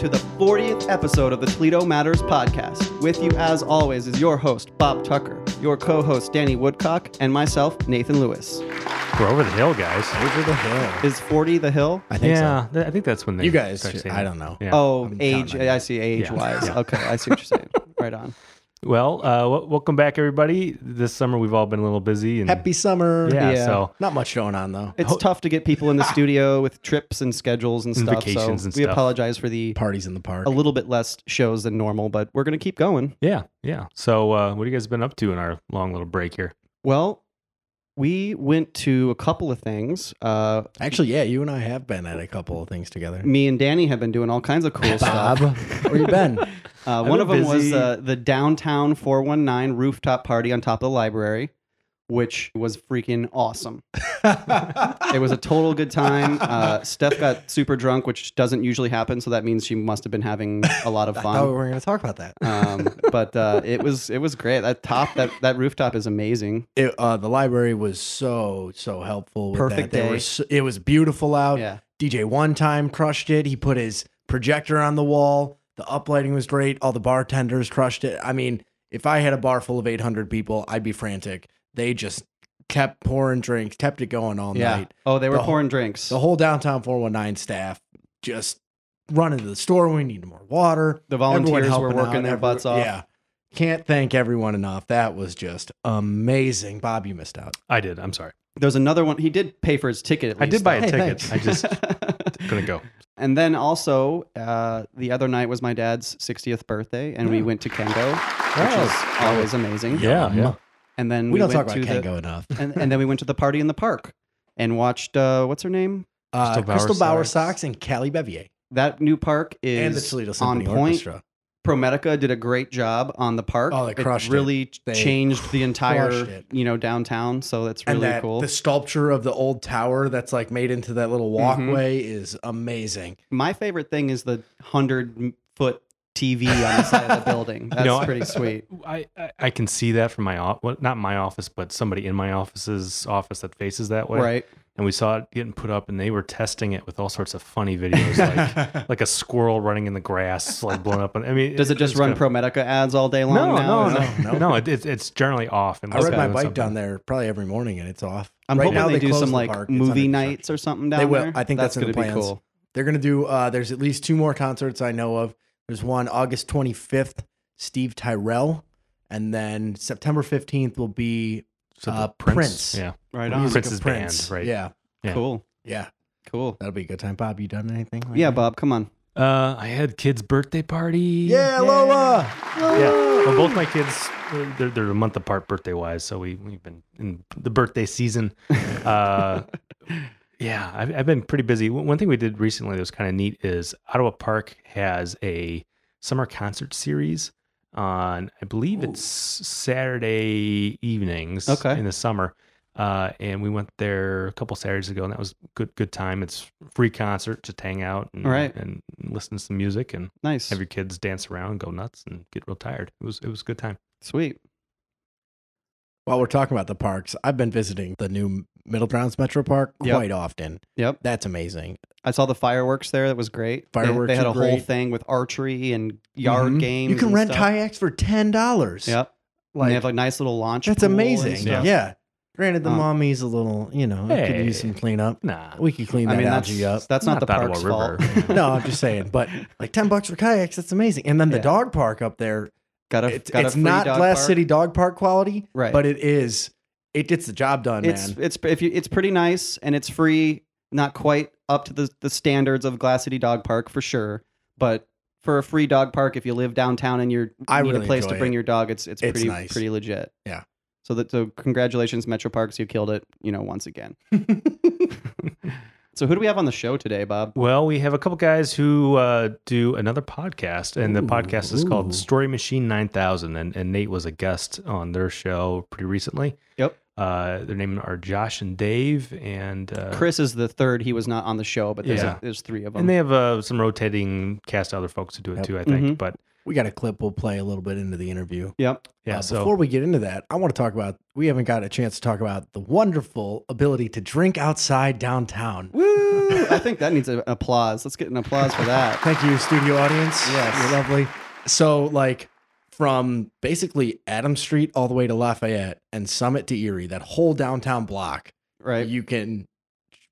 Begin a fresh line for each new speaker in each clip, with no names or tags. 40th episode of the Toledo Matters podcast. With you, as always, is your host, Bob Tucker, your co host, Danny Woodcock, and myself, Nathan Lewis.
We're over the hill, guys.
Over the hill.
Is 40 the hill?
I think
Yeah, th- I think that's when
so.
they
You guys,
start saying
I
it.
don't know.
Yeah.
Oh,
I'm
age.
counting on
I see, age wise.
Yeah.
Okay, I see what you're saying. right on.
Well, uh, w- welcome back, everybody. This summer we've all been a little busy and
Happy summer.
yeah,
yeah.
So
Not much going on though.
It's tough to get people in the studio with trips and schedules and stuff.
vacations
so
and
we
stuff.
apologize for the
Parties in the park.
a little bit less shows than normal, but we're going to keep going.
yeah, yeah. So uh, what have you guys been up to in our long little break here?
Well, we went to a couple of things. Uh,
Actually, yeah, you and I have been at a couple of things together.
me and Danny have been doing all kinds of cool
Bob,
stuff.
where you been?
Uh,
I've
one
been
of them was
busy.
uh, the downtown 419 rooftop party on top of the library, which was freaking awesome. It was a total good time. Uh, Steph got super drunk, which doesn't usually happen, so that means she must have been having a lot of
I thought we
fun.
were going to talk about that.
Um, but uh, it was it was great. That top that that rooftop is amazing.
It, uh, the library was so so helpful. With
Perfect
that. They
day.
were so- it was beautiful out.
Yeah,
DJ one time crushed it. He put his projector on the wall. The uplighting was great. All the bartenders crushed it. I mean, if I had a bar full of 800 people, I'd be frantic. They just kept pouring drinks, kept it going all
yeah.
night.
Oh, they were
The whole-
pouring drinks.
The whole downtown 419 staff just running to the store. We need more water.
The
Everyone
volunteers were
helping
working
out,
their
every-
butts off.
Yeah. Can't thank everyone enough. That was just amazing. Bob, you missed out.
I did. I'm sorry.
There's another one. He did pay for his ticket. At
I did
least,
buy a
though.
ticket.
thanks.
I just couldn't go.
and then also, uh, the other night was my dad's 60th birthday, and we went to Kendo, which is always amazing.
Yeah, yeah.
And then
Oh. We,
Oh, we,
don't talk
went
about
to
Kango
the,
enough.
and, and then we went to the party in the park and watched uh, what's her name?
Uh,
Crystal Bauer
Crystal Bauer
Sox.
Sox and Callie Bevier.
That new park is
and the Toledo
on
Symphony
point.
Orchestra.
Prometica did a great job on the park.
Oh, they crushed it.
really
They
changed the
crushed
entire
it.
you know downtown. So that's really
and that
cool.
the sculpture of the old tower that's like made into that little
Mm-hmm.
walkway is amazing.
My favorite thing is the hundred foot TV on the side of the building. That's
know, I-
pretty sweet.
I, I I can see that from my office. Well, not my office, but somebody in my office's office that faces that way.
Right.
and we saw it getting put up and they were testing it with all sorts of funny videos like like a squirrel running in the grass like blown up i mean
Does it just run
kind of-
Prometica ads all day long
no,
now?
no,
Is
no,
it-
no,
No.
no, It, it's it's generally off.
I ride my bike down there probably every morning and it's off.
I'm hoping they, do
closed
some
the
like
park. It's under
movie
construction.
nights or something down
They will.
there.
I think that's in
gonna
the plans. They're gonna do uh there's at least two more concerts I know of. There's one August 25th, Steve Tyrell, and then September 15th will be
So the
uh, Prince.
Yeah,
Right
Music
on.
Prince. Prince's band, right?
Yeah.
Yeah.
Cool.
Yeah.
Cool.
That'll be a good time. Bob, you done anything? like
Yeah,
that?
Bob, come on.
uh, I had kids' birthday party.
Yeah, Lola.
Yeah, well, both my kids uh, they're they're a month apart birthday wise, so we we've been in the birthday season. Uh, yeah, I've, I've been pretty busy. One one thing we did recently that was kind of neat is Ottawa Park has a summer concert series on I believe it's Saturday evenings
Okay.
in the summer. Uh, and we went there a couple Saturdays ago, and that was good. Good time. It's free concert, just hang out and,
All right.
and listen to some music, and
Nice.
have your kids dance around, go nuts, and get real tired. It was it was a good time.
Sweet.
While we're talking about the parks, I've been visiting the new Middle Grounds Metro Park
Yep.
quite often.
Yep.
That's amazing.
I saw the fireworks there. That was great. They-
Fireworks
They, had
are
a whole
great.
thing with archery and yard
Mhm.
games.
You can
and
rent
stuff.
kayaks for ten dollars.
Yep. and they have a nice little launch.
that's
pool and
amazing.
stuff.
Yeah. Granted, the
Um,
mommy's a little, you know, it could use
Hey.
some cleanup.
Nah,
We could clean
I
that
mean,
algae up.
that's, that's not,
Not
the
the Ottawa
park's fault.
River.
no, I'm just saying. But like ten bucks for kayaks, that's amazing. And then the
Yeah.
dog park up there,
got a,
it's,
got a
it's
free
not
dog
Glass
park.
City Dog Park quality,
Right.
But it is. It gets the job done,
It's
man.
it's if you, it's pretty nice and it's free. Not quite up to the the standards of Glass City Dog Park for sure, but for a free dog park, if you live downtown and you're
I
need a
really
place to
enjoy
bring
it.
your dog, it's it's,
It's
pretty
nice.
pretty legit.
Yeah.
So that so congratulations Metro Parks, you killed it. You know once again. so who do we have on the show today, Bob?
Well, we have a couple guys who uh, do another podcast, and the
Ooh,
podcast is
ooh.
called Story Machine 9000. And, and Nate was a guest on their show pretty recently.
Yep.
Uh, their name are Josh and Dave, and uh,
Chris is the third. He was not on the show, but there's a-
Yeah.
there's three of them.
And they have uh, some rotating cast of other folks who do it
Yep.
too, I think.
Mhm.
But
We got a clip we'll play a little bit into the interview.
Yep.
Yeah.
Uh,
so
before we get into that, I want to talk about we haven't got a chance to talk about the wonderful ability to drink outside downtown.
Woo! I think that needs an applause. Let's get an applause for that.
Thank you, studio audience.
Yes.
You're lovely. So, like, from basically Adams Street all the way to Lafayette and Summit to Erie, that whole downtown block,
Right.
you can,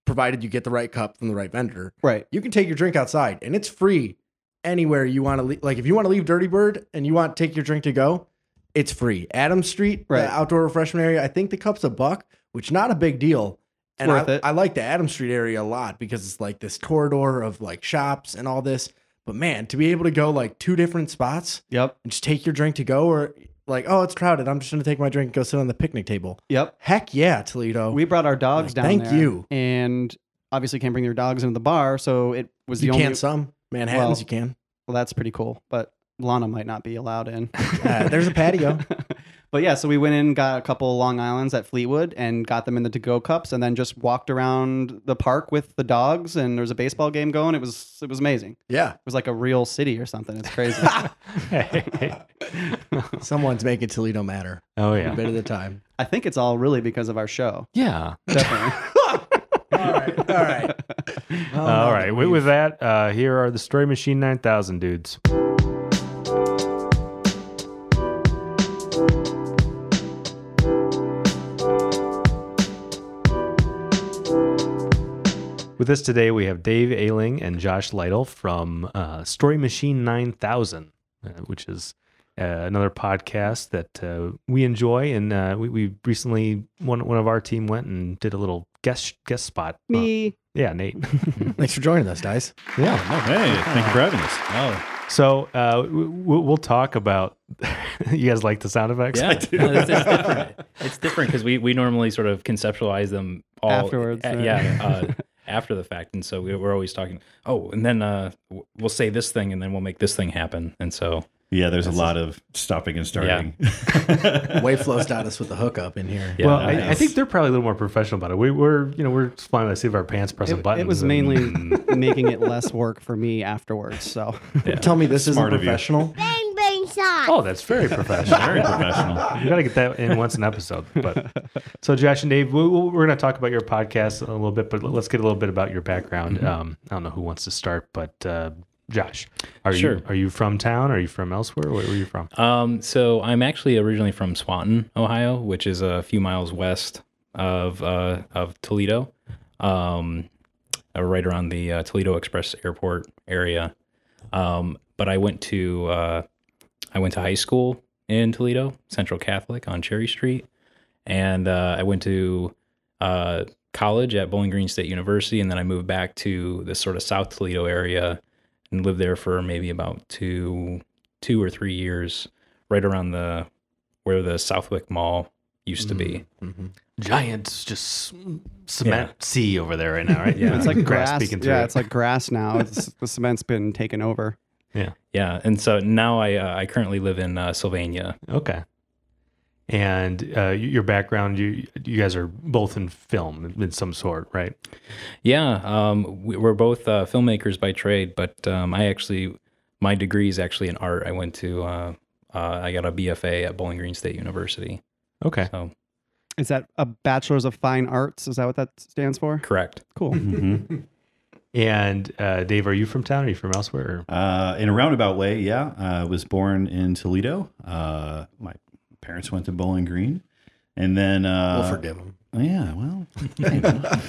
provided you get the right cup from the right vendor,
Right.
you can take your drink outside and it's free anywhere you want to leave. Like, if you want to leave Dirty Bird and you want to take your drink to go, it's free. Adams Street,
Right.
the outdoor refreshment area, I think the cup's a buck, which not a big deal. And
worth
I,
it.
I like the Adams Street area a lot because it's like this corridor of like shops and all this. But man, to be able to go like two different spots
Yep.
and just take your drink to go or like, oh, it's crowded. I'm just going to take my drink and go sit on the picnic table.
Yep.
Heck yeah, Toledo.
We brought our dogs down
Oh. Thank
there,
you.
And obviously can't bring your dogs into the bar, so it was the
you
only
can some. Manhattans,
Well,
you can.
Well, that's pretty cool, but Lana might not be allowed in.
Uh, there's a patio.
but yeah, so we went in, got a couple Long Islands at Fleetwood, and got them in the to-go cups, and then just walked around the park with the dogs. And there was a baseball game going. It was it was amazing. It
Yeah.
was like a real city or something. It's crazy.
Someone's making Toledo matter
oh
a
yeah.
bit of the time.
I think it's all really because of our show.
Yeah.
Definitely.
all right. All right. Oh,
All right. With, with that, uh, here are the Story Machine 9000 dudes. With us today, we have Dave Ailing and Josh Lytle from uh, Story Machine 9000, uh, which is uh, another podcast that uh, we enjoy. And uh, we, we recently, one, one of our team went and did a little guest guest spot.
Me.
Yeah, Nate.
Thanks for joining us, guys.
yeah.
Oh, hey, thank you for having us. Oh,
So uh, w- w- we'll talk about. you guys like the sound effects?
yeah. No, it's, it's different. It's different because we, we normally sort of conceptualize them all
Afterwards,
uh,
right?
yeah. Uh, after the fact. And so we, we're always talking, oh, and then uh, w- we'll say this thing and then we'll make this thing happen. And so,
Yeah, there's a lot of stopping and starting.
Wayflow's got us with the hookup in here.
yeah.
well, I, I
nice.
think they're probably a little more professional about it. We, we're, you know, we're just flying by the seat of our pants, pressing
It,
buttons.
it was
and-
mainly making it less work for me afterwards. So
Tell me this
Smart
isn't
of you.
professional.
Bang bang shot.
Oh, that's very professional.
Very professional.
You got to get that in once an episode. But so, Josh and Dave, we, we- we're going to talk about your podcast a little bit, but let's get a little bit about your background.
Mm-hmm.
Um, I don't know who wants to start, but uh, Josh, are
Sure.
you are you from town? Are you from elsewhere? Where were you from?
um, so I'm actually originally from Swanton, Ohio, which is a few miles west of, uh, of Toledo, um, uh, right around the uh, Toledo Express Airport area. Um, but I went to uh, I went to high school in Toledo, Central Catholic on Cherry Street, and uh, I went to uh, college at Bowling Green State University, and then I moved back to the sort of South Toledo area and lived there for maybe about two two or three years, right around the where the Southwick Mall used to be.
Mm-hmm. Giants just cement sea over there right now, right?
Yeah.
it's like grass.
peeking through.
yeah,
it.
it's like grass now. It's, the cement's been taken over.
Yeah, and so now I uh, I currently live in uh, Sylvania.
Okay. And uh, y- your background, you you guys are both in film in some sort, right?
Yeah, um, we, we're both uh, filmmakers by trade, but um, I actually my degree is actually in art. I went to uh, uh, I got a BFA at Bowling Green State University.
Okay.
So
Is that a bachelor's of fine arts? Is that what that stands for?
correct.
Cool.
Mm-hmm.
And uh, Dave, are you from town? Are you from elsewhere?
Uh, in a roundabout way, yeah. I was born in Toledo. Uh, my parents went to Bowling Green. And then, uh,
we'll forgive him.
yeah, well,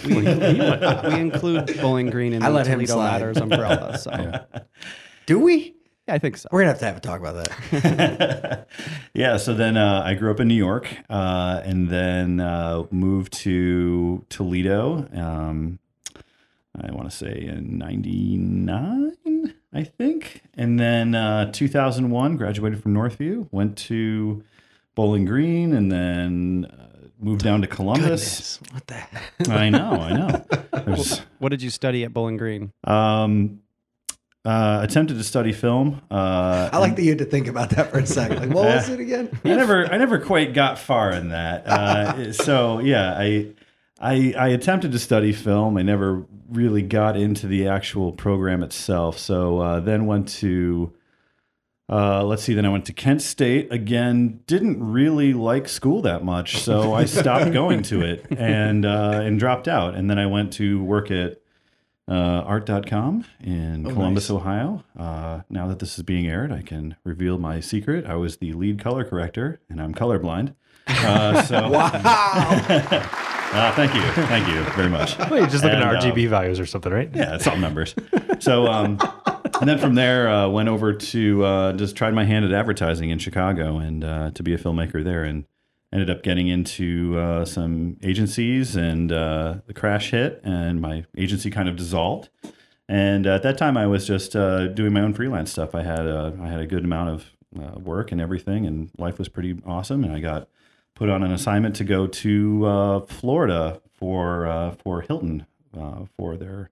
we, we include Bowling Green in
I
the
let him
Toledo
slide.
Ladders umbrella. So yeah.
Do we?
I think so.
We're gonna have to have a talk about that.
yeah. So then uh, I grew up in New York uh, and then uh, moved to Toledo. Um, I want to say in 99, I think. And then uh, 2001, graduated from Northview, went to Bowling Green, and then uh, moved down to
Goodness,
Columbus.
what the heck?
I know, I know. There's-
What did you study at Bowling Green?
um, uh, attempted to study film. Uh,
I like that you had to think about that for a second. Like, what was it again?
I never, I never quite got far in that. Uh, so yeah, I, I, I attempted to study film. I never really got into the actual program itself. So uh, then went to Uh, let's see. Then I went to Kent State again. Didn't really like school that much, so I stopped going to it and uh, and dropped out. And then I went to work at uh, art.com in Columbus, Ohio. Uh, now that this is being aired, I can reveal my secret. I was the lead color corrector, and I'm colorblind. Uh, so Uh, thank you, thank you very much.
Well, you're just looking
And,
at
uh,
RGB values or something, right?
yeah, it's all numbers. So, um, and then from there, uh, went over to uh, just tried my hand at advertising in Chicago and uh, to be a filmmaker there, and ended up getting into uh, some agencies. And uh, the crash hit, and my agency kind of dissolved. And at that time, I was just uh, doing my own freelance stuff. I had a, I had a good amount of uh, work and everything, and life was pretty awesome. And I got put on an assignment to go to uh, Florida for uh, for Hilton uh, for their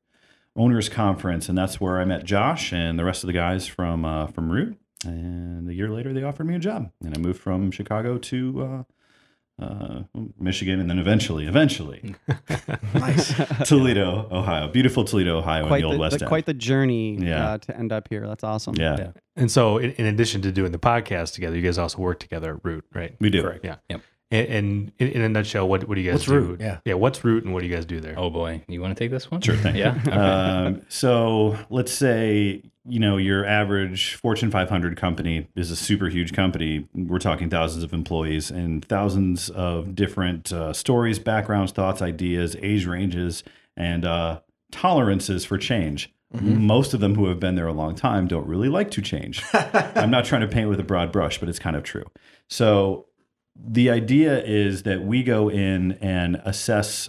owners conference, and that's where I met Josh and the rest of the guys from uh, from Root. And a year later, they offered me a job, and I moved from Chicago to uh, uh, Michigan, and then eventually, eventually,
Nice.
Toledo, Ohio. Beautiful Toledo, Ohio, in
Quite
the old
the,
West
the-
End.
quite the journey
Yeah.
uh, to end up here. That's awesome.
yeah,
And so, in, in addition to doing the podcast together, you guys also work together at Root, right?
we do.
Yeah.
Yep.
And, and in, in a nutshell, what, what do you guys
What's
do?
Root? Yeah.
Yeah. What's Root and what do you guys do there?
Oh boy, you want to take this one?
Sure thing.
Yeah. Okay.
um, so let's say you know your average Fortune 500 company is a super huge company. We're talking thousands of employees and thousands of different uh, stories, backgrounds, thoughts, ideas, age ranges, and uh, tolerances for change. Most of them who have been there a long time don't really like to change. I'm not trying to paint with a broad brush, but it's kind of true. So the idea is that we go in and assess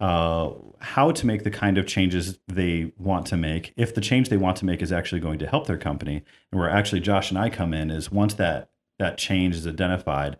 uh, how to make the kind of changes they want to make if the change they want to make is actually going to help their company and where actually josh and i come in is once that that change is identified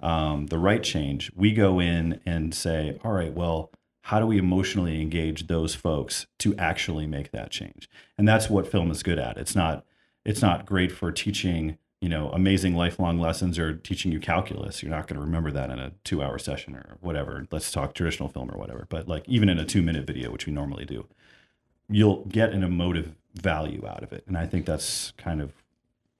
um, the right change we go in and say all right well how do we emotionally engage those folks to actually make that change and that's what film is good at it's not it's not great for teaching you know amazing lifelong lessons or teaching you calculus you're not going to remember that in a two hour session or whatever let's talk traditional film or whatever but like even in a two minute video which we normally do you'll get an emotive value out of it and i think that's kind of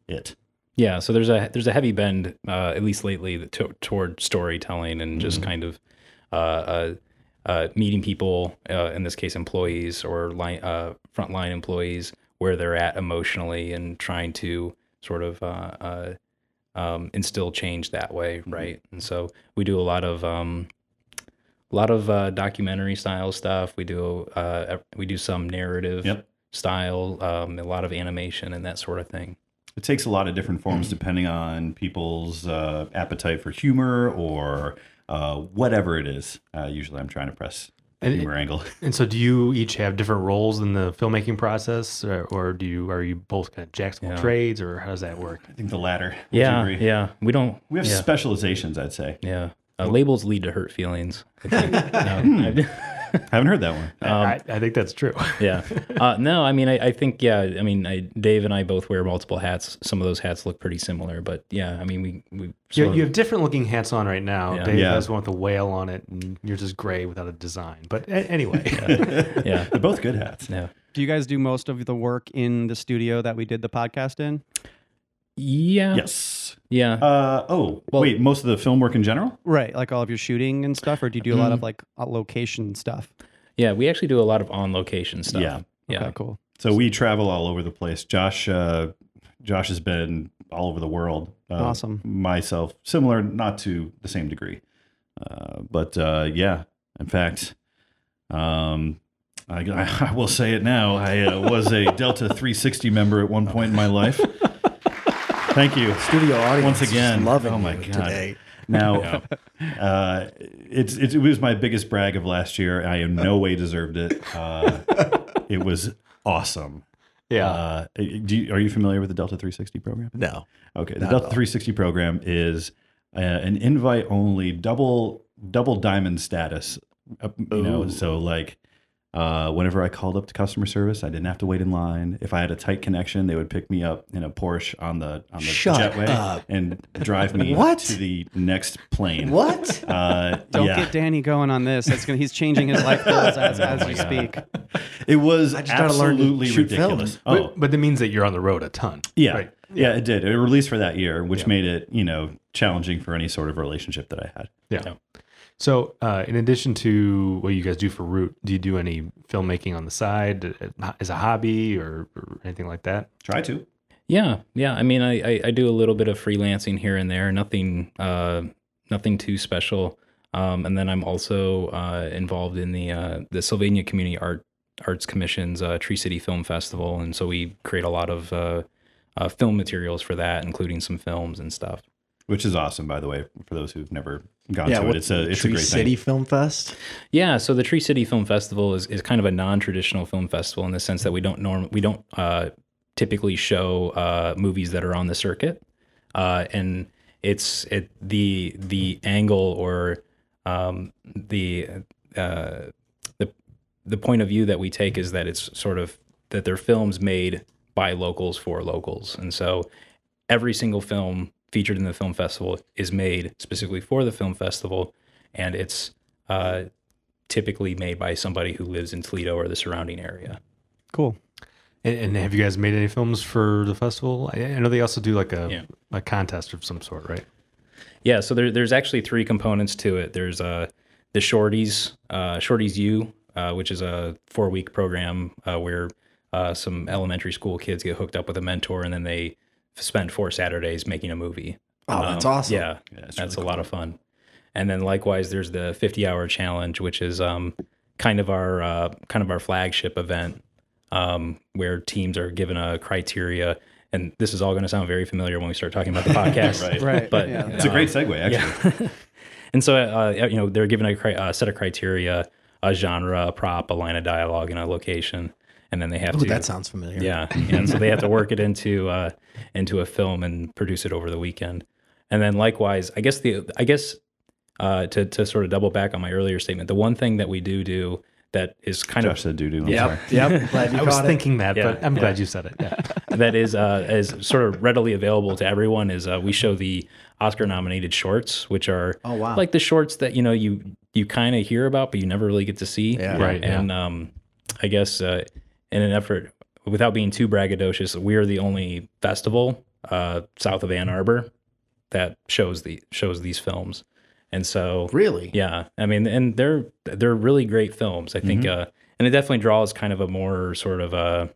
it
Yeah, so there's a there's a heavy bend, uh, at least lately, that to, toward storytelling and just kind of uh, uh, uh, meeting people, uh, in this case, employees or line, uh, frontline employees, where they're at emotionally, and trying to sort of uh, uh, um, instill change that way, right? And so we do a lot of um, a lot of uh, documentary style stuff. We do uh, we do some narrative
Yep.
style, um, a lot of animation and that sort of thing.
it takes a lot of different forms
Mm-hmm.
depending on people's uh, appetite for humor or uh, whatever it is uh, usually i'm trying to press the
And it-
humor angle
And so, do you each have different roles in the filmmaking process, or, or do you are you both kind of jacks of all
Yeah.
trades, or how does that work?
i think the latter Would you
Yeah,
agree?
yeah. We don't.
we have
yeah,
specializations i'd say
yeah. Uh, labels lead to hurt feelings. I think.
haven't heard that one
Uh,
I, I think that's true.
yeah. Uh, no, I mean, I, I think yeah. I mean, I, Dave and I both wear multiple hats. Some of those hats look pretty similar, but yeah. I mean, we we
You,
sort
you
of-
have different looking hats on right now.
Yeah.
Dave
Yeah.
has one with a whale on it, and yours is gray without a design. But a- anyway,
yeah.
they're both good hats
Yeah.
Do you guys do most of the work in the studio that we did the podcast in?
Yeah.
yes
Yeah.
Uh, oh,
Well-
wait, most of the film work in general?
Right, like all of your shooting and stuff, or do you do a lot of like uh, location stuff?
yeah. We actually do a lot of on location stuff.
Yeah.
Yeah.
Okay, cool.
So we travel all over the place. Josh, uh, Josh has been all over the world. Uh,
Awesome.
Myself, similar, not to the same degree. Uh, but uh, yeah, in fact, um, I, I, I will say it now. I uh, was a Delta 360 member at one point in my life. Thank you.
Studio audience.
Once
just
again,
loving
oh my
you
God.
today.
Now, uh, it's, it's it was my biggest brag of last year. I in no way deserved it. Uh, it was awesome.
yeah.
Uh, do you, are you familiar with the Delta 360 program?
No.
Okay, the
Not at
Delta
all.
360 program is uh, an invite only double double diamond status. Uh, you know,
Ooh.
so like uh, whenever I called up to customer service, I didn't have to wait in line. If I had a tight connection, they would pick me up in a Porsche on the on the
Shut
jetway
up.
and drive me
What?
to the next plane.
What?
Uh,
Don't
yeah. Oh
get Danny going on this. That's gonna, he's changing his life goals as, as we speak.
It was
I just gotta learn to
absolutely
shoot film.
ridiculous. Oh,
But, but that means that you're on the road a ton.
yeah.
Right.
Yeah, it did. It released for that year, which made it, you know, challenging for any sort of relationship that I had.
Yeah. So, uh, in addition to what you guys do for Root, do you do any filmmaking on the side uh, as a hobby or, or anything like that?
Try to.
Yeah, yeah. I mean, I, I I do a little bit of freelancing here and there. Nothing uh nothing too special. Um, and then I'm also uh, involved in the uh, the Sylvania Community Art Arts Commission's uh, Tree City Film Festival, and so we create a lot of uh, uh, film materials for that, including some films and stuff.
Which is awesome, by the way, for those who've never gone
yeah,
to
what-
it. It's a it's
Tree
a great
City
thing.
Film Fest.
Yeah, so the Tree City Film Festival is, is kind of a non-traditional film festival in the sense that we don't norm we don't uh, typically show uh, movies that are on the circuit, uh, and it's it the the angle or um, the uh, the the point of view that we take is that it's sort of that they're films made by locals for locals, and so every single film featured in the film festival is made specifically for the film festival, and it's uh, typically made by somebody who lives in Toledo or the surrounding area.
Cool.
And, and have you guys made any films for the festival? I, I know they also do like a
Yeah.
a contest of some sort, right?
Yeah, so there, there's actually three components to it. There's uh, the Shorties, uh, Shorties U, uh, which is a four week program uh, where uh, some elementary school kids get hooked up with a mentor and then they f- spend four Saturdays making a movie.
Oh, that's
Um,
awesome.
Yeah,
that's
that's, a lot of fun. And then likewise, there's the 50 hour challenge, which is um, kind of our uh, kind of our flagship event um, where teams are given a criteria. And this is all going to sound very familiar when we start talking about the podcast,
Right.
Right.
But
yeah.
It's a great segue, actually.
yeah. and so, uh, you know, they're given a cri- uh, set of criteria, a genre, a prop, a line of dialogue, and a location, and then they have
Ooh,
to.
that sounds familiar.
yeah, and so they have to work it into uh, into a film and produce it over the weekend, and then likewise, I guess the I guess uh, to to sort of double back on my earlier statement, the one thing that we do do that is kind
Josh
of
said doo doo.
Yep. Yep. Glad you
I was
caught it.
thinking that,
Yeah,
but I'm glad you said it. Yeah.
that is uh, is sort of readily available to everyone is uh, we show the Oscar nominated shorts, which are
Oh, wow.
like the shorts that you know you you kind of hear about but you never really get to see.
Yeah.
Right, yeah.
And um, I guess uh, in an effort without being too braggadocious, we are the only festival uh, south of Ann Arbor that shows the shows these films, and so
Really?
yeah, I mean, and they're they're really great films. I think, uh, and it definitely draws kind of a more sort of a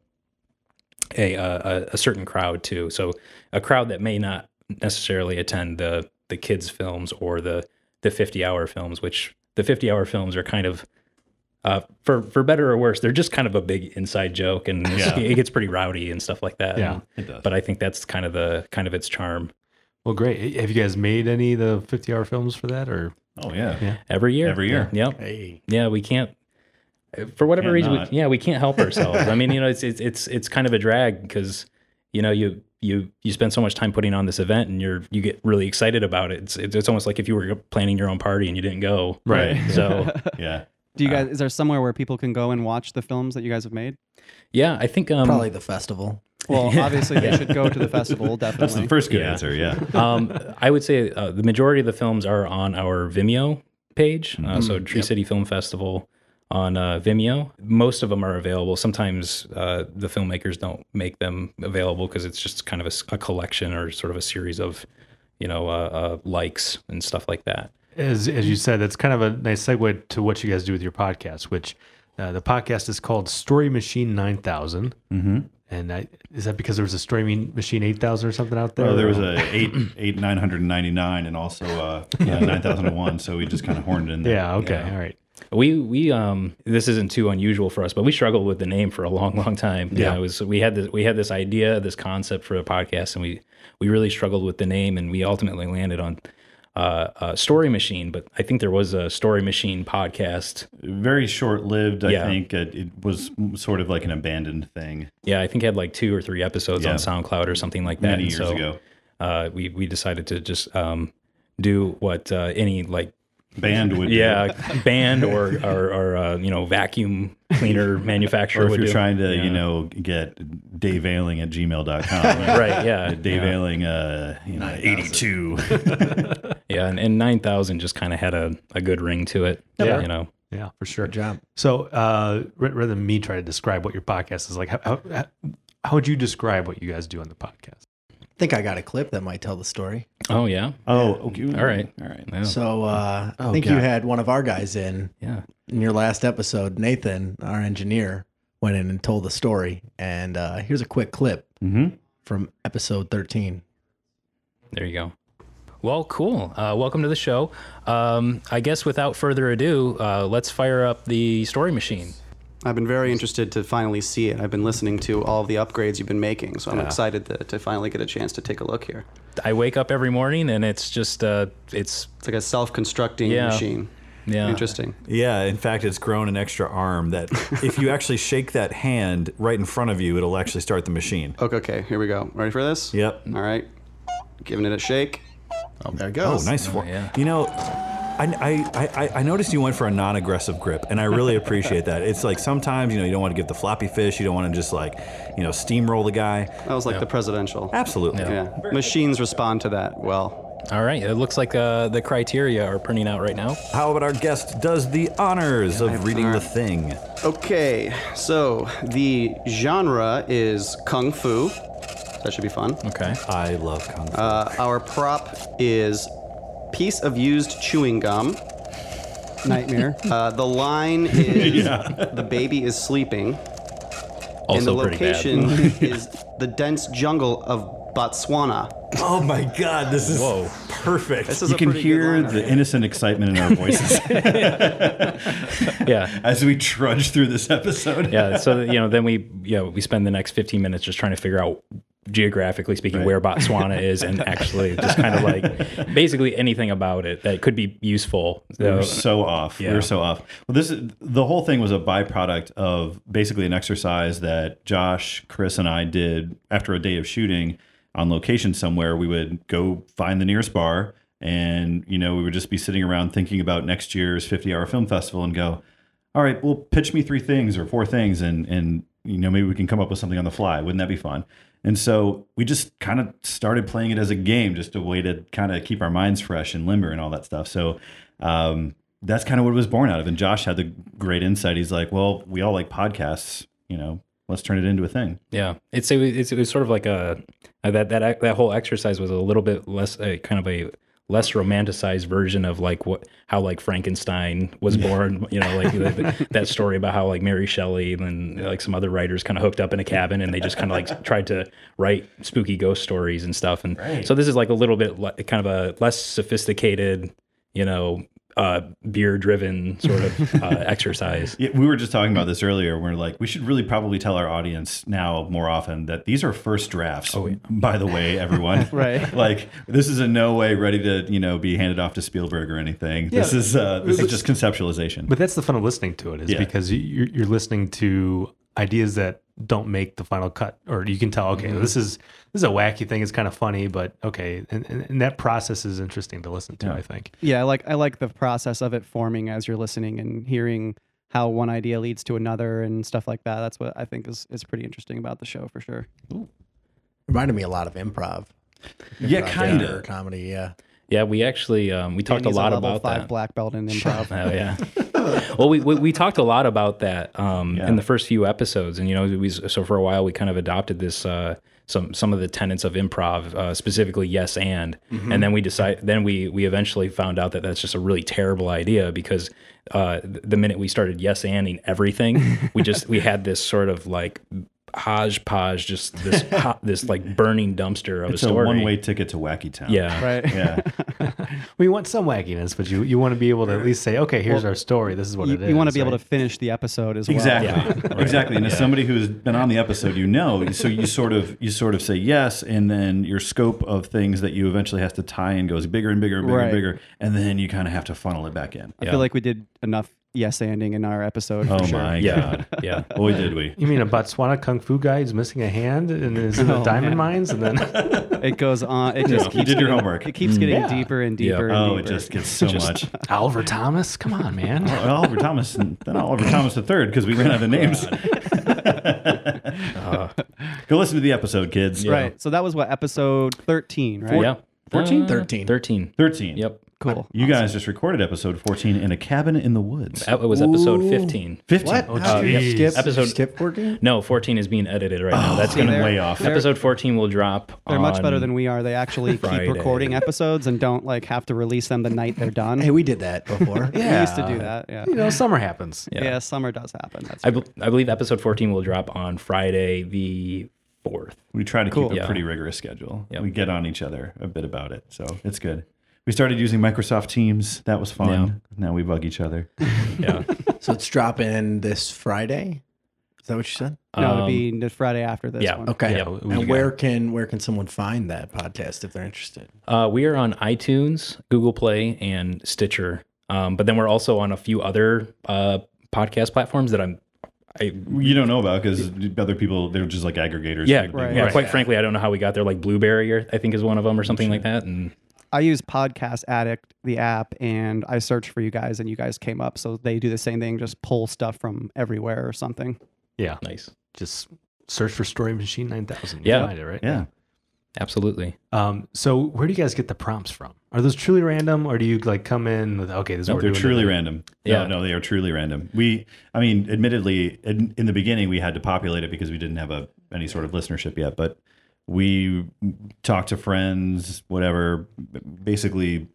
a, a a certain crowd too. So a crowd that may not necessarily attend the the kids films or the the fifty hour films, which the fifty hour films are kind of. Uh, for for better or worse, they're just kind of a big inside joke, and it's- it gets pretty rowdy and stuff like that.
Yeah.
And-
It does.
but I think that's kind of the kind of its charm
Well, great. Have you guys made any of the 50 hour films for that or?
Oh yeah.
Yeah.
every year.
Every year.
Yep.
Hey.
Yeah, we can't. For whatever
Can't
reason, we,
not.
yeah, we can't help ourselves. I mean, you know, it's it's it's it's kind of a drag because you know you you you spend so much time putting on this event and you're you get really excited about it. It's it's, it's almost like if you were planning your own party and you didn't go.
Right.
So
Yeah.
Do you guys? Is there somewhere where people can go and watch the films that you guys have made?
yeah, I think um,
Probably the festival.
Well, obviously they should go to the festival. Definitely.
That's the first good
Yeah.
answer. Yeah.
um, I would say uh, the majority of the films are on our Vimeo page. Uh, So Tree City Film Festival on uh, Vimeo. Most of them are available. Sometimes uh, the filmmakers don't make them available because it's just kind of a s- a, collection or sort of a series of, you know, uh, uh, likes and stuff like that.
As, as you said, that's kind of a nice segue to what you guys do with your podcast, which uh, the podcast is called Story Machine 9000. Mm-hmm. And I, is that because there was a Story Mean- Machine 8000 or something out there?
Oh, there was a eight eight nine hundred ninety nine and also uh, nine thousand and one. So we just kind of horned in there.
Yeah. Okay. All right.
We we um this isn't too unusual for us, but we struggled with the name for a long, long time. Yeah, it was we had this we had this idea, this concept for a podcast, and we we really struggled with the name, and we ultimately landed on uh, uh Story Machine. But I think there was a Story Machine podcast.
Very short lived. I
Yeah.
think it, it was sort of like an abandoned thing
Yeah, I think it had like two or three episodes
Yeah.
on SoundCloud or something like that.
many
and
years
so,
ago.
uh, we we decided to just um do what uh, any like
Band would. do.
yeah band or or, or uh, you know vacuum cleaner manufacturer
Or if
would
you're
do.
trying to, you know, get Dave Ailing at gmail.com.
right yeah
Dave
yeah.
Ailing, uh, you know, 82.
Yeah, and, and nine thousand just kind of had a, a good ring to it. Yeah, you know.
Yeah, for sure.
Good job.
So uh, ra- rather than me try to describe what your podcast is like, how, how, how- how would you describe what you guys do on the podcast?
I think I got a clip that might tell the story.
Oh yeah.
Oh, okay.
All right.
All right.
Yeah.
So uh, I
Oh,
think you
God.
had one of our guys in
yeah.
in your last episode. Nathan, our engineer, went in and told the story. And uh, here's a quick clip
Mm-hmm.
from episode 13.
There you go. Well, cool. Uh, welcome to the show. Um, I guess without further ado, uh, let's fire up the story machine.
I've been very interested to finally see it. I've been listening to all the upgrades you've been making, so I'm excited to, to finally get a chance to take a look here.
I wake up every morning and it's just, uh, it's,
It's like a self-constructing
Yeah.
machine.
yeah.
Interesting.
Yeah, in fact, it's grown an extra arm that if you actually shake that hand right in front of you, it'll actually start the machine.
Okay, okay, here we go. Ready for this?
Yep.
All right. Giving it a shake. Oh, there it goes.
Oh, nice for
yeah.
You know, I, I, I, I noticed you went for a non-aggressive grip, and I really appreciate that. It's like sometimes you know you don't want to give the floppy fish, you don't want to just like you know steamroll the guy.
That was like the presidential.
Ah.
Absolutely.
Yeah. Machines respond to that well.
All right. It looks like uh, the criteria are printing out right now.
How about our guest does the honors of reading the thing?
Okay, so the genre is kung fu. That should be fun.
Okay.
I love kung fu.
Uh, our prop is piece of used chewing gum.
Nightmare.
Uh, the line is the baby is sleeping. and the
Also pretty bad.
location is the dense jungle of Botswana.
oh my God, this is
Whoa.
perfect.
This is
You
a
can
pretty good
hear
line
the
already.
innocent excitement in our voices
Yeah.
as we trudge through this episode.
Yeah. So, you know, then we, you know, we spend the next 15 minutes just trying to figure out geographically speaking where Botswana is and actually just kind of like basically anything about it that could be useful.
We
So,
were so off. We
Yeah.
were so off. Well, this is- the whole thing was a byproduct of basically an exercise that Josh, Chris, and I did after a day of shooting on location somewhere. We would go find the nearest bar, and you know we would just be sitting around thinking about next year's 50-hour film festival, and go, "All right, well, pitch me three things or four things, and and you know maybe we can come up with something on the fly. Wouldn't that be fun?" And so we just kind of started playing it as a game, just a way to kind of keep our minds fresh and limber and all that stuff. So um, that's kind of what it was born out of. And Josh had the great insight. He's like, well, we all like podcasts, you know, let's turn it into a thing.
Yeah, it's it was, it's- it was sort of like a uh, that that ac- that whole exercise was a little bit less a kind of a less romanticized version of like what how like Frankenstein was born. You know, like that, that story about how like Mary Shelley and like some other writers kind of hooked up in a cabin and they just kind of like tried to write spooky ghost stories and stuff. And so this is like a little bit le- kind of a less sophisticated, you know. Uh, beer driven sort of uh, exercise.
Yeah, we were just talking about this earlier. We're like, we should really probably tell our audience now more often that these are first drafts. Oh, by the way, everyone.
Right.
like, this is in no way ready to, you know, be handed off to Spielberg or anything. This is uh, this is just conceptualization.
But that's the fun of listening to it is
Yeah.
because you- you're, you're listening to ideas that don't make the final cut, or you can tell, okay,
Mm-hmm.
this is this is a wacky thing. It's kind of funny, but okay, and, and, and that process is interesting to listen to. I think.
Yeah, I like I like the process of it forming as you're listening and hearing how one idea leads to another and stuff like that. That's what I think is is pretty interesting about the show for sure.
Reminded me a lot of improv.
yeah,
Improv
kind
theater
of.
Comedy,
Uh,
yeah.
Yeah, we actually um, we talked
Danny's
a lot
level
about
five
that.
black belt in improv.
Oh yeah. well, we, we we talked a lot about that um,
Yeah.
in the first few episodes, and you know, we so for a while we kind of adopted this uh, some some of the tenets of improv, uh, specifically yes and,
Mm-hmm.
and then we decide then we we eventually found out that that's just a really terrible idea because uh, th- the minute we started yes anding everything, we just we had this sort of like hodgepodge, just this ho- this like burning dumpster of
It's
a
a
story.
one way ticket to Wacky Town.
Yeah.
Right.
Yeah.
Well, you want some wackiness, but you you want to be able to at least say, okay, here's our story. This is what
You,
it is.
want to be able
right?
to finish the episode as well.
Exactly. Exactly. And as somebody who's been on the episode, you know, so you sort of you sort of say yes, and then your scope of things that you eventually have to tie in goes bigger and bigger and bigger and
Right.
bigger, and then you kind of have to funnel it back in.
I feel like we did enough yes anding in our episode. for
Oh
sure.
my
Yeah.
god!
yeah.
Boy, did we!
You mean a Botswana kung fu guy who's missing a hand and is in the
Oh,
diamond
man.
mines, and then
It goes on. It just
You
keeps
did your
getting-
homework.
It keeps getting deeper and
Mm. Yeah.
deeper. And
Oh, it
deeper.
just gets so much.
Oliver Thomas? Come on, man.
Oliver Thomas, and then Oliver Thomas the third because we ran out of names.
Uh-huh.
Go listen to the episode, kids.
right. So that was what episode thirteen, right?
yeah.
14?
Uh,
13.
13.
Thirteen.
Yep.
Cool.
You guys just recorded episode 14 in a cabin in the woods.
That was episode 15.
15.
What?
Oh,
How did you
geez.
skip,
Episode-
skip 14?
No, 14 is being edited right now. That's
it's gonna
gonna
be
they're-
way off.
Oh, they're-
episode 14 will drop.
They're much better
on-
than we are. They actually keep
Friday.
recording episodes and don't like have to release them the night they're done.
Hey, we did that before.
we used to do that. Yeah.
You know, summer happens.
Yeah. summer does happen. That's
I,
true.
bel I believe episode 14 will drop on Friday the 4th.
We try to
Cool.
keep a
Yeah.
pretty rigorous schedule.
Yep.
We get on each other a bit about it, so it's good. We started using Microsoft Teams. That was fun. Now we bug each other.
Yeah.
so it's dropping this Friday. Is that what you said?
no, it'd
Um,
be the Friday after this
yeah.
one.
Okay.
Yeah, we- we
and
got-
where can where can someone find that podcast if they're interested?
Uh, we are on iTunes, Google Play, and Stitcher. Um, but then we're also on a few other uh, podcast platforms that I'm, I
You don't know about because other people they're just like aggregators.
yeah,
They-
Right.
yeah.
Right.
Quite frankly, I don't know how we got there. Like Blueberry, or- I think is one of them, or something like that. And
I use Podcast Addict, the app, and I searched for you guys, and you guys came up. So they do the same thing, just pull stuff from everywhere or something.
Yeah.
nice,
Just search for Story Machine 9000.
Yeah.
You find it, right?
Yeah.
absolutely.
Um, so where do you guys get the prompts from? Are those truly random or do you like come in with, okay, this is what we're
They're
doing
truly
today?
random.
Yeah.
No, no, they are truly random. We, I mean, admittedly, in, in the beginning, we had to populate it because we didn't have a any sort of listenership yet. But we talked to friends, whatever, basically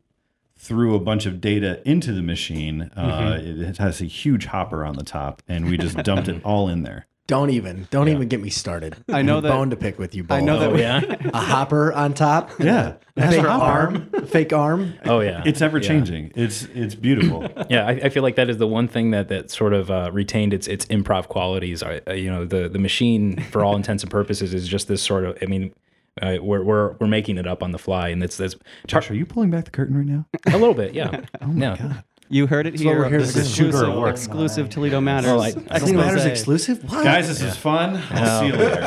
threw a bunch of data into the machine. Uh, It has a huge hopper on the top, and we just dumped it all in there.
Don't even don't even get me started.
I know
have a
that-
bone to pick with you. Both.
I know that we,
Yeah.
a hopper on top.
Yeah, it has
Fake
a hopper.
arm, fake arm.
Oh yeah.
It's ever changing. It's it's beautiful.
yeah, I, I feel like that is the one thing that that sort of uh, retained its its improv qualities. I, I- you know, the the machine, for all intents and purposes, is just this sort of. I mean, uh, we're we're we're making it up on the fly, and it's that's
Josh, are you pulling back the curtain right now?
a little bit, yeah. oh my yeah.
you heard it
what
here.
we're here to do.
Shooter
exclusive,
award.
exclusive Toledo Matters.
Well, I- I
Ex
Clean Matters
Jose.
exclusive. What?
Guys, this is fun. I'll see you later.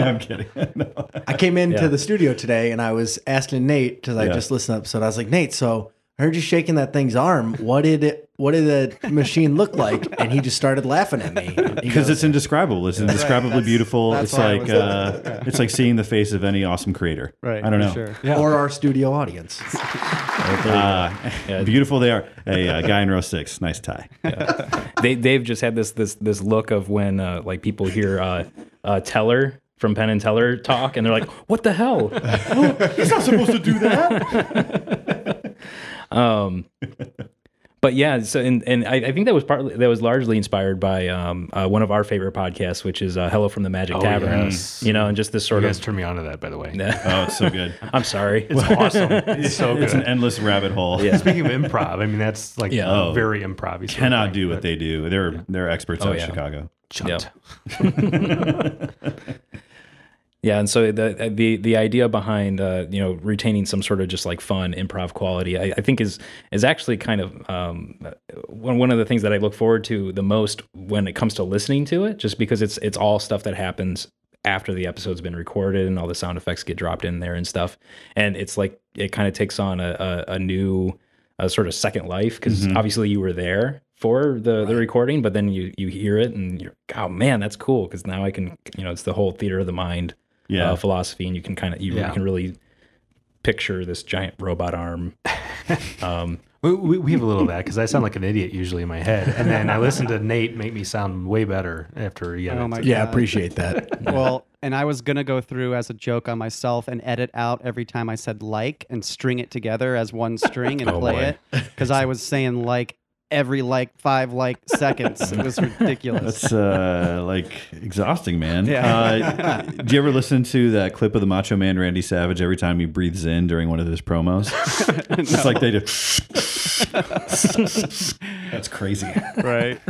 I'm kidding.
I came into
Yeah.
the studio today and I was asking Nate because I
Yeah.
just listened to the episode. I was like, Nate, so I heard you shaking that thing's arm. What did it? What did the machine look like? And he just started laughing at me. He
because
goes,
it's indescribable. It's indescribably beautiful.
that's
It's
why I
like
was-
uh, it's like seeing the face of any awesome creator.
Right.
I don't know.
Sure.
or our studio audience.
Uh, Beautiful they are. Hey, uh, guy in row six, nice tie.
They they've just had this this this look of when uh, like people hear uh, uh, Teller from Penn and Teller talk, and they're like, "What the hell?"
He's not supposed to do that.
Um, but yeah, so and and I, I think that was partly that was largely inspired by um, uh, one of our favorite podcasts, which is uh, Hello from the Magic Tavern.
Oh, yes.
You know, and just this sort
You
of.
guys turn me on to that, by the way.
oh, it's so good.
I'm sorry.
It's awesome. It's so good.
It's an endless rabbit hole.
Speaking of improv, I mean, that's like
Yeah.
a very improv. sort of
Oh. Cannot
thing,
do what
but
they do. They're they're experts out of Chicago.
chumped.
Yeah. Yeah, and so the uh, the the idea behind uh, you know retaining some sort of just like fun improv quality, I, I think is is actually kind of um, one one of the things that I look forward to the most when it comes to listening to it, just because it's it's all stuff that happens after the episode's been recorded and all the sound effects get dropped in there and stuff, and it's like it kind of takes on a a, a new a sort of second life because obviously you were there for the, the recording, but then you you hear it and you're oh man that's cool because now I can you know it's the whole theater of the mind
Yeah.
uh, philosophy, and you can kind of you, you
Yeah.
can really picture this giant robot arm. Um,
We, we, we have a little of that because I sound like an idiot usually in my head, and then I listen to Nate make me sound way better after. Yeah,
Oh my
Yeah,
God.
appreciate that.
Well, and I was gonna go through as a joke on myself and edit out every time I said like and string it together as one string and
Oh,
play
boy.
it because I was saying like every like five like seconds. It was ridiculous.
That's uh, like exhausting, man.
Yeah.
Uh, do you ever listen to that clip of the Macho Man Randy Savage every time he breathes in during one of his promos? It's just like they do. That's crazy.
right.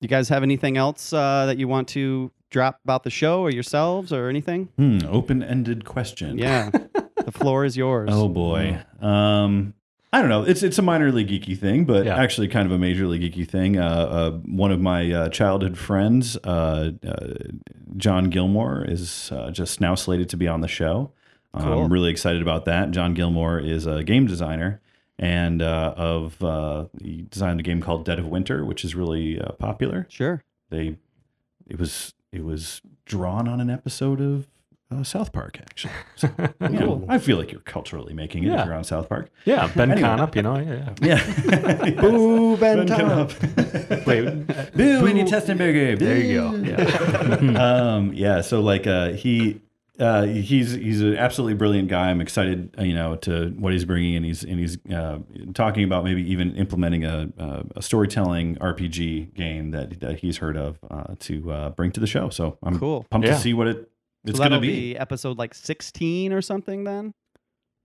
You guys have anything else uh, that you want to drop about the show or yourselves or anything?
Hmm, open-ended question.
Yeah. the floor is yours.
Oh boy. Um, I don't know. It's it's a minor league geeky thing, but
Yeah.
actually kind of a major league geeky thing. Uh, uh, one of my uh, childhood friends, uh, uh, John Gilmore, is uh, just now slated to be on the show.
Cool.
I'm really excited about that. John Gilmore is a game designer and uh, of uh, he designed a game called Dead of Winter, which is really uh, popular
Sure.
they it was it was drawn on an episode of uh, South Park, actually. So, you know, I feel like you're culturally making it
Yeah.
if you're on South Park.
Yeah, Ben
Anyway.
Conup, you know. Yeah.
Yeah. Boo, Ben,
yeah. Wait, uh,
Boo, Andy Testenberger.
there you go. Yeah.
Hmm.
um, yeah. So like uh, he uh, he's he's an absolutely brilliant guy. I'm excited, uh, you know, to what he's bringing, and he's and he's uh, talking about maybe even implementing a, uh, a storytelling RPG game that that he's heard of uh, to uh, bring to the show. So I'm
Cool.
pumped
Yeah.
to see what it it's
so
gonna
that'll
be.
episode like 16 or something then.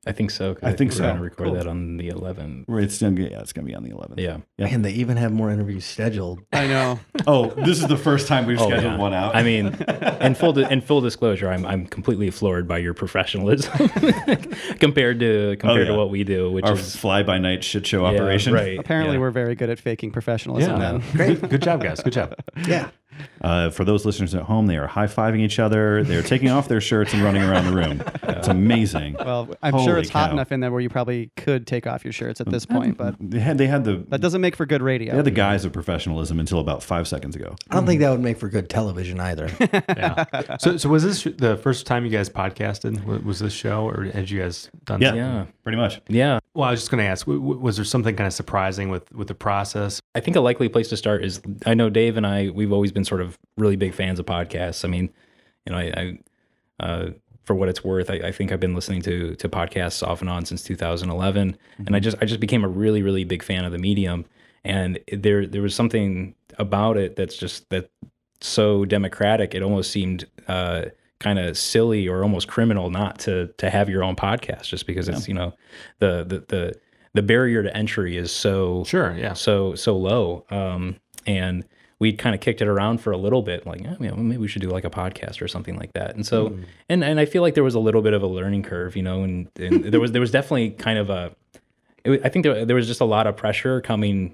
I think so. 'cause
I think
we're
so.
Going to record
Cool.
that on the 11th.
Right, It's gonna be, yeah, it's gonna be on the 11th.
Yeah.
Yeah.
And they even have more interviews scheduled.
I know.
Oh, this is the first time we've
Oh,
scheduled
yeah.
one out.
I mean, in full di- in full disclosure, I'm I'm completely floored by your professionalism compared to compared
Oh, yeah.
to what we do, which
our
is
fly by night shit show
yeah,
operation.
Right.
Apparently,
yeah.
we're very good at faking professionalism
yeah.
then.
Great. Good job, guys. Good job.
Yeah.
Uh, for those listeners at home, they are high fiving each other. They're taking off their shirts and running around the room. It's amazing.
Well, I'm sure
Holy
it's hot
cow.
enough in there where you probably could take off your shirts at this point, but
They had they had the
that doesn't make for good radio.
they had the guise of professionalism until about five seconds ago.
I don't think that would make for good television either.
Yeah. So, so was this the first time you guys podcasted? Wa- Was this show, or had you guys done?
Yeah.
something?
Yeah.
Pretty much.
Yeah.
Well, I was just going to ask. w- w- Was there something kind of surprising with with the process?
I think a likely place to start is I know Dave and I we've always been sort of really big fans of podcasts. I mean, you know, I, I uh, for what it's worth, I, I think I've been listening to to podcasts off and on since 2011, and I just I just became a really really big fan of the medium. And there there was something about it that's just that so democratic. It almost seemed uh, kind of silly or almost criminal not to to have your own podcast just because it's you know the the the the barrier to entry is so
Sure. Yeah.
so so low. Um, and we kind of kicked it around for a little bit, like yeah, well, maybe we should do like a podcast or something like that. And so,
Hmm.
and and I feel like there was a little bit of a learning curve, you know, and, and there was there was definitely kind of a, it, wa- I think there, there was just a lot of pressure coming.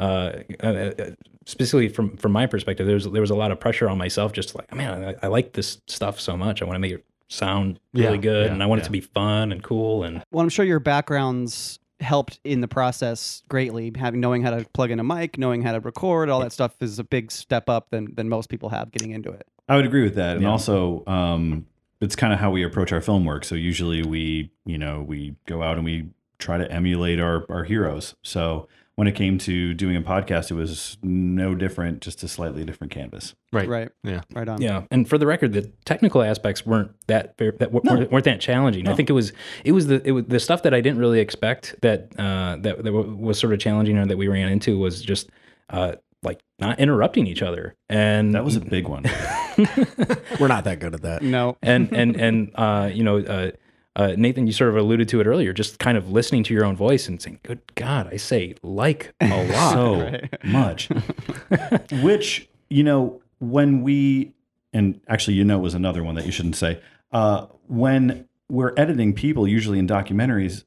Uh, uh, uh, specifically from from my perspective, there was there was a lot of pressure on myself, just like man, I, I like this stuff so much. I want to make it sound really
Yeah,
good,
yeah,
and I want
yeah.
it to be fun and cool. And
Well, I'm sure your backgrounds helped in the process greatly. Having knowing how to plug in a mic, knowing how to record, all that stuff is a big step up than than most people have getting into it.
I would agree with that. And also, um, it's kind of how we approach our film work. So usually we, you know, we go out and we try to emulate our, our heroes. So when it came to doing a podcast, it was no different, just a slightly different canvas.
Right.
Right.
Yeah.
Right on.
Yeah, and for the record, the technical aspects weren't that fair, that w- weren't, weren't that challenging. I think it was it was the it was the stuff that I didn't really expect that uh, that that w- was sort of challenging or that we ran into was just uh, like not interrupting each other and
That was a big one.
We're not that good at that.
No.
and and and uh, you know. Uh, uh, Nathan, you sort of alluded to it earlier, just kind of listening to your own voice and saying, "Good God, I say like a lot."
so much. Which, you know, when we, and actually, you know, it was another one that you shouldn't say. Uh, when we're editing people, usually in documentaries,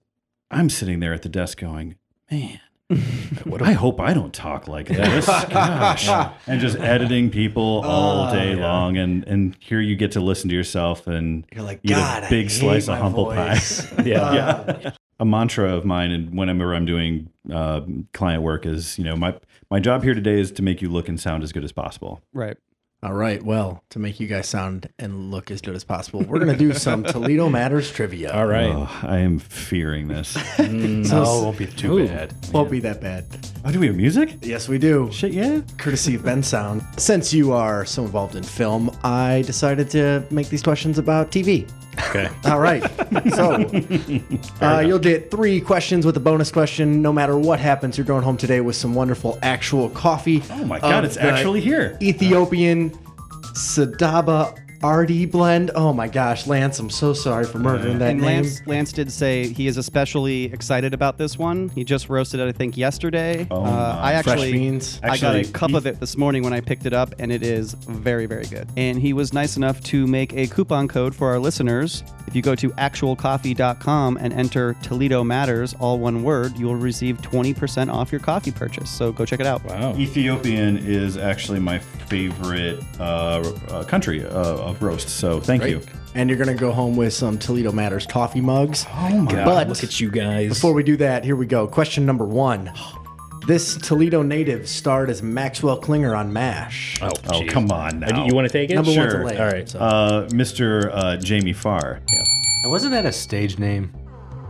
I'm sitting there at the desk going, man. what I hope I don't talk like this. Gosh. And just editing people all day long and and here you get to listen to yourself and
You're like,
eat
God,
a big
I hate
slice
my
of humble
voice.
pie.
Yeah.
yeah. Uh, A mantra of mine, and whenever I'm doing uh, client work, is you know my my job here today is to make you look and sound as good as possible.
Right.
All right. Well, to make you guys sound and look as good as possible, we're going to do some Toledo Matters trivia.
All right.
Oh, I am fearing this.
So,
won't be too
Ooh.
bad.
won't be that bad.
oh, do we have music?
Yes, we do.
Shit, yeah.
Courtesy of Ben Sound. Since you are so involved in film, I decided to make these questions about TV.
Okay.
All right. So uh, you'll get three questions with a bonus question. No matter what happens, you're going home today with some wonderful actual coffee.
Oh my god,
of
it's
the
actually here.
Ethiopian Sadaba RD blend. Oh my gosh, Lance, I'm so sorry for murdering that
And
name.
Lance Lance did say he is especially excited about this one. He just roasted it, I think, yesterday. Oh, uh, I
Fresh
actually
beans.
I got a
Actually,
cup
he-
of it this morning when I picked it up, and it is very, very good. And he was nice enough to make a coupon code for our listeners. If you go to actualcoffee.com and enter Toledo Matters, all one word, you will receive 20% off your coffee purchase. So go check it out.
Uh,
Wow.
Ethiopian is actually my favorite uh, uh, country uh, of roast, so thank you.
And you're going to go home with some Toledo Matters coffee mugs.
Oh my
But
Look at you guys.
before we do that, here we go. Question number one This Toledo native starred as Maxwell Klinger on MASH.
Oh, come on now.
You want to take it?
Number one's
sure.
a lay.
All right.
uh, Mr. Uh, Jamie Farr.
Now, wasn't that a stage name?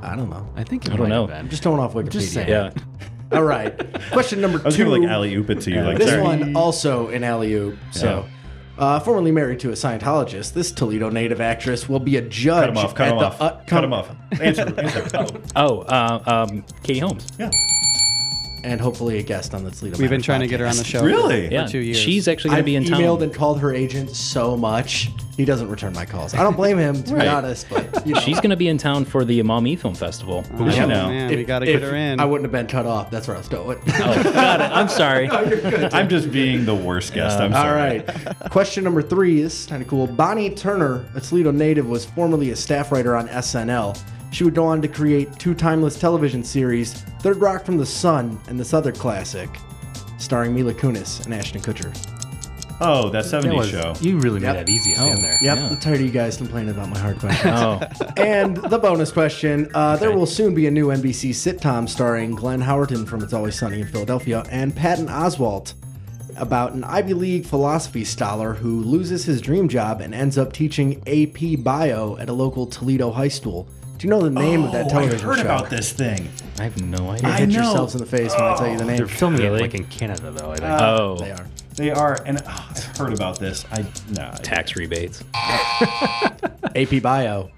I don't know.
I think it
I don't
might
know.
have been.
I'm just going off Wikipedia.
Just saying.
Yeah.
All right. Question number
I was
two.
gonna like alley oop it to you like
This
sorry.
one also an alley oop. So, uh, formerly married to a Scientologist, this Toledo native actress will be a judge
Cut him off. Cut
at
him
the
off.
upcoming
cut him off. Answer. answer.
Oh, uh, um, Katie Holmes.
and hopefully a guest on the Toledo.
We've been
Matters
trying to get her on the
podcast.
show.
Really?
Yeah,
two years.
she's actually going
I've
to be in town.
emailed and called her agent so much. He doesn't return my calls. I don't blame him, to be honest, but you know,
She's going to be in town for the Mommy Film Festival.
Oh,
You know.
man, we
if-
gotta
if
get her in.
I wouldn't have been cut off. That's where I was going.
Oh, got it. I'm sorry.
I'm just being the worst guest. I'm sorry.
All right. Question number three is kind of cool. Bonnie Turner, a Toledo native, was formerly a staff writer on SNL. She would go on to create two timeless television series, Third Rock from the Sun and This Other Classic, starring Mila Kunis and Ashton Kutcher.
Oh, that 70s
That was-
show.
You really
Yep.
made that easy oh. in there.
Yep, I'm tired of you guys complaining about my hard questions.
Oh,
and the bonus question uh, there will soon be a new NBC sitcom starring Glenn Howerton from It's Always Sunny in Philadelphia and Patton Oswalt about an Ivy League philosophy scholar who loses his dream job and ends up teaching AP bio at a local Toledo high school. Do you know the name of that
Oh, I've
television
heard
show?
about this thing.
I have no
You
idea.
hit
know. Oh.
yourselves in the face when I tell you the
They're
name.
filming
Really?
it like in Canada, though. I think.
Oh,
They are.
They are, and oh, I've heard about this. I no. I-
tax rebates.
AP bio.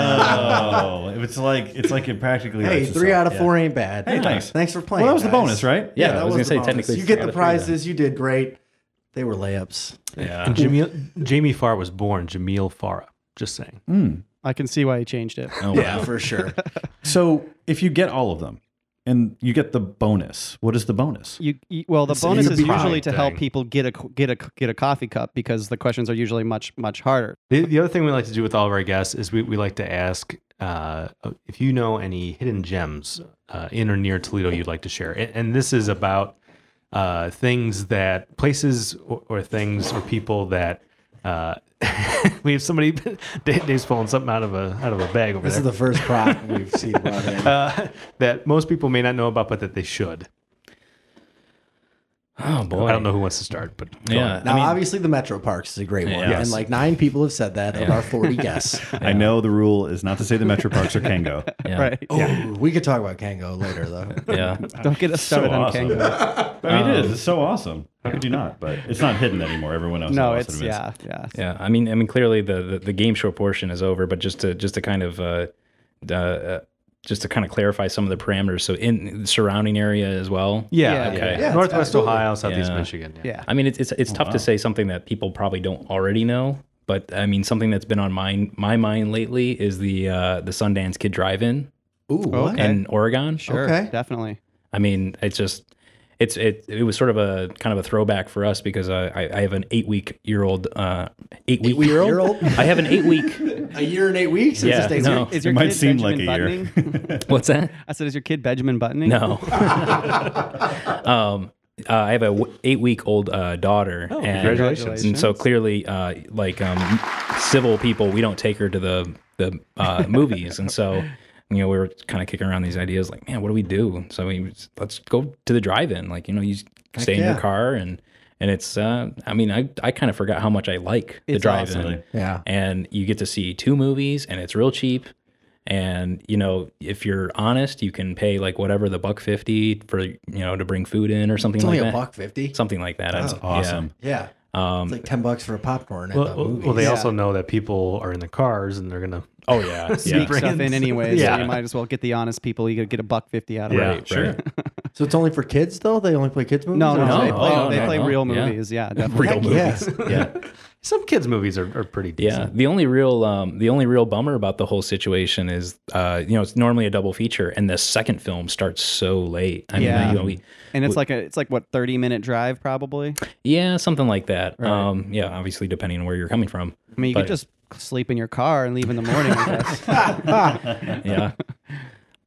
Oh, it was like it's like it practically.
Hey,
writes
three
itself.
out of four ain't bad.
Hey, thanks.
Thanks for playing.
Well, that was the
guys.
bonus, right?
Yeah, I
that
was gonna
the
say
bonus.
technically
You
it's
get the
three out of
prizes. You did great. They were layups.
And Jamil, Jamie Farr was born Jamil Farah. Just saying.
I can see why he changed it.
Oh,
Yeah,
wow.
for sure.
So if you get all of them, and you get the bonus, what is the bonus?
You, you well, the
It's-
bonus
it's a
is
pride
usually to help
thing.
people get a co- get a co- get a coffee cup because the questions are usually much much harder.
The, the other thing we like to do with all of our guests is we, we like to ask uh, if you know any hidden gems uh, in or near Toledo you'd like to share. And, and this is about uh, things that places or, or things or people that. Uh, we have somebody. Dave- Dave's pulling something out of a out of a bag over
This
there.
is the first prop we've seen brought in.
uh, that most people may not know about, but that they should.
Oh boy.
I don't know who wants to start, but go
Yeah.
on.
Now,
I mean,
obviously, the Metro Parks is a great one,
Yes.
and like nine people have said that of our forty guests.
I know the rule is not to say the Metro Parks or Kango.
yeah.
Right?
Ooh, we could talk about Kango later, though.
Yeah.
Don't get us started on
awesome.
Kangaroo.
I mean, it is. It's so awesome. How could you not? But it's not hidden anymore. Everyone else.
No,
knows
it's
what it is.
yeah, yeah.
Yeah, I mean, I mean, clearly the, the, the game show portion is over, but just to just to kind of uh, uh, uh, just to kind of clarify some of the parameters. So in the surrounding area as well.
Yeah,
Yeah,
okay.
yeah.
Yeah,
Northwest
absolutely.
Ohio, Southeast
Yeah.
Michigan. Yeah.
Yeah.
I mean, it's it's it's tough to say something that people probably don't already know, but I mean, something that's been on my my mind lately is the uh, the Sundance Kid Drive-in
Ooh,
Oh,
what?
Okay.
in Oregon.
Sure,
Okay.
definitely.
I mean, it's just it's it it was sort of a kind of a throwback for us because I I, I have an eight week year old uh eight week year old.
Eight-week-year-old?
I have an eight week.
a year and eight weeks. It's
Yeah,
just eight
no.
weeks.
Is your
It might
kid
seem like
Benjamin
a year.
Buttoning?
What's that?
I said, is your kid Benjamin Buttoning?
No. um, uh, I have a w- eight week old uh, daughter. and,
congratulations.
And so clearly, uh, like um, civil people, we don't take her to the the uh, movies, and so. You know, we were kind of kicking around these ideas, like, man, what do we do? So we was- let's go to the drive-in. Like, you know, you s- stay in
yeah.
your car, and and it's. Uh, I mean, I I kind of forgot how much I like the
It's
drive-in
awesome.
Yeah.
and you get to see two movies and it's real cheap and you know if you're honest you can pay like whatever the buck 50 for you know to bring food in or something
It's only
like
a
that um,
buck fifty.
something like that that's
Awesome.
Yeah. it's like ten bucks for a popcorn at
Well,
the
well,
movies.
well, they also know that people are in the cars and they're gonna.
oh yeah
Sneak
yeah
stuff in anyway,
Yeah.
so you might as well get the honest people. You could get a buck fifty out of
Yeah,
it.
sure.
so it's only for kids, though. They only play kids movies.
No, no,
No,
they play,
no,
they
no,
play
no.
real
Yeah.
movies. Yeah, definitely.
real
Heck
movie
yeah.
Yeah, some kids' movies are, are pretty.
yeah
Decent.
the only real um the only real bummer about the whole situation is uh you know it's normally a double feature and the second film starts so late i
Yeah.
mean you know, we
And it's like a it's like what thirty minute drive probably.
yeah something like that um yeah obviously depending on where you're coming from
I mean, you could
But-
just sleep in your car and leave in the morning. I guess.
yeah.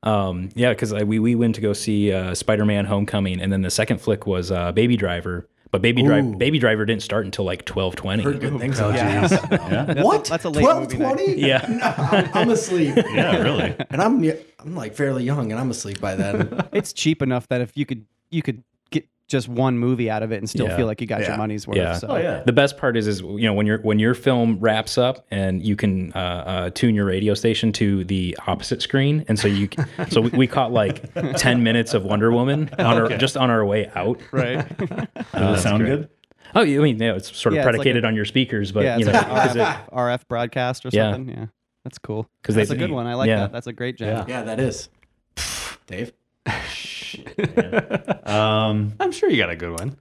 Um, yeah, because we, we went to go see uh, Spider Man Homecoming, and then the second flick was uh, Baby Driver. But Baby Driver Baby Driver didn't start until like twelve
Heard
twenty.
good things. about that.
Yeah.
What?
that's a late
Twelve
movie
twenty?
Yeah.
I'm, I'm asleep,
Yeah, really.
and I'm I'm like fairly young, and I'm asleep by then.
it's cheap enough that if you could
you could get just one movie out of it and still
Yeah.
feel like you got
Yeah.
your money's worth.
Yeah.
So
Oh yeah.
The best part is, is you know when your when your film wraps up and you can uh, uh, tune your radio station to the opposite screen, and so you c- so we, we caught like ten minutes of Wonder Woman on our, just on our way out.
right.
Does it Uh, sound good?
Oh, you I mean yeah, it's sort of
Yeah, it's like
predicated on your speakers, but
yeah,
you
it's
know
like
because
an RF, RF broadcast or
Yeah.
something. Yeah, that's cool.
'Cause they-
that's a good one. I like
yeah.
that. That's a great jam.
Yeah, that is. Dave?
Um,
I'm sure you got a good one.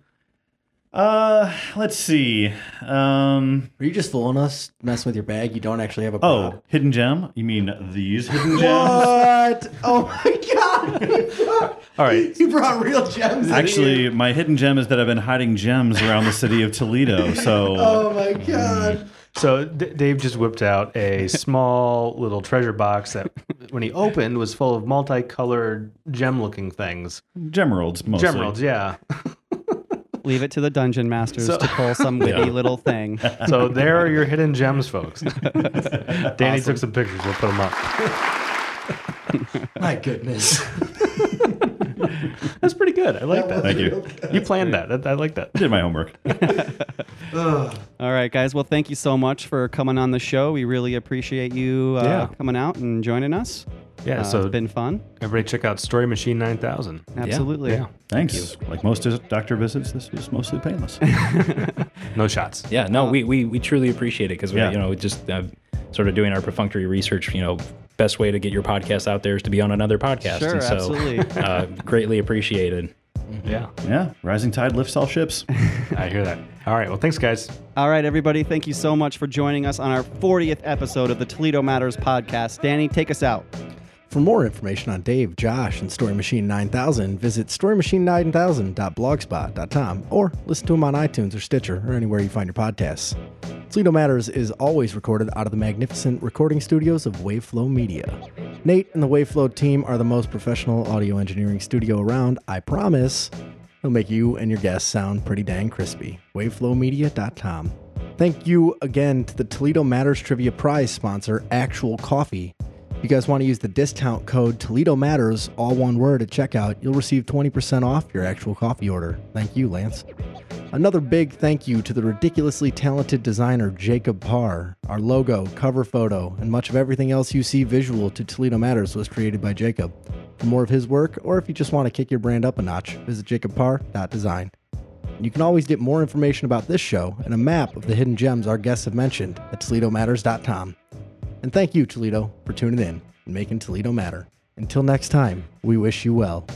uh, let's see. Um,
Are you just fooling us? Messing with your bag? You don't actually have a
oh,
prop.
hidden gem. You mean these hidden gems?
What? Oh my god!
All right.
You brought real gems. in here.
Actually, my hidden gem is that I've been hiding gems around the city of Toledo. So
Oh my god!
So D- Dave just whipped out a small little treasure box that, when he opened, was full of multicolored gem-looking things.
gemeralds mostly.
Gemeralds, yeah.
Leave it to the dungeon masters
So-
to pull some witty little thing.
So there are your hidden gems, folks. Danny took some pictures. We'll put them up.
My goodness.
That's pretty good. I like that.
Thank you.
You planned that. I, I like that.
I did my homework.
All right, guys. Well, thank you so much for coming on the show. We really appreciate you uh,
Yeah.
coming out and joining us.
Yeah.
Uh,
so
it's been fun.
everybody, check out Story Machine Nine Thousand.
Absolutely.
Yeah.
Thanks. like most doctor visits, this was mostly painless.
No shots.
Yeah, no,
Uh,
we, we we truly appreciate it because we're
Yeah.
you know just uh, sort of doing our perfunctory research. You know, best way to get your podcast out there is to be on another podcast.
Sure,
and so,
absolutely.
Uh, greatly appreciated.
Yeah.
yeah. Rising tide lifts all ships.
I hear that. All right. Well, thanks, guys.
All right, everybody. Thank you so much for joining us on our 40th episode of the Toledo Matters podcast. Danny, take us out.
For more information on Dave, Josh, and Story Machine 9000, visit storymachine9000.blogspot.com or listen to them on iTunes or Stitcher or anywhere you find your podcasts. Toledo Matters is always recorded out of the magnificent recording studios of Waveflow Media. Nate and the Waveflow team are the most professional audio engineering studio around, I promise. They'll make you and your guests sound pretty dang crispy. Waveflowmedia.com. Thank you again to the Toledo Matters Trivia Prize sponsor, Actual Coffee. If you guys want to use the discount code Toledo Matters, all one word at checkout, you'll receive 20% off your actual coffee order. Thank you, Lance. Another big thank you to the ridiculously talented designer Jacob Parr. Our logo, cover photo, and much of everything else you see visual to Toledo Matters was created by Jacob. For more of his work, or if you just want to kick your brand up a notch, visit jacobparr.design. And you can always get more information about this show and a map of the hidden gems our guests have mentioned at ToledoMatters.com. And thank you, Toledo, for tuning in and making Toledo matter. Until next time, we wish you well.